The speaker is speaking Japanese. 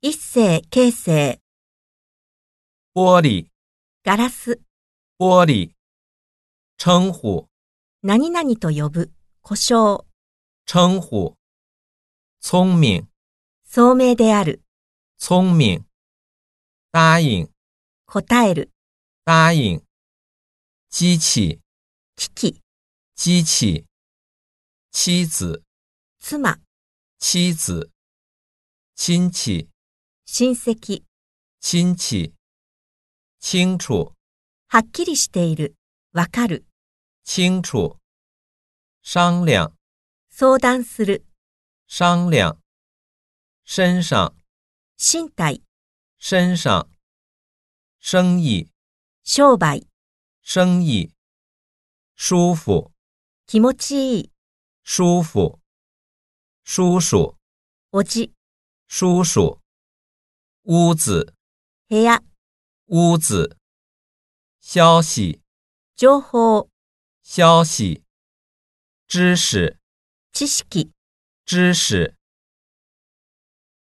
一世、形成、玻璃、ガラス、玻璃。称呼、何々と呼ぶ、故障、称呼。聪明、聡明である、聪明。答应、答える、答应。机器、危機、机器。妻子、妻、妻子。亲戚、親戚、亲戚。清楚、はっきりしている、わかる、清楚。商量、相談する、商量。身上、身体、身上。生意、商売、生意。舒服、気持ちいい、舒服。叔叔、おじ、叔叔。屋子、部屋、屋子。消息、情報、消息。知识、知識、知识。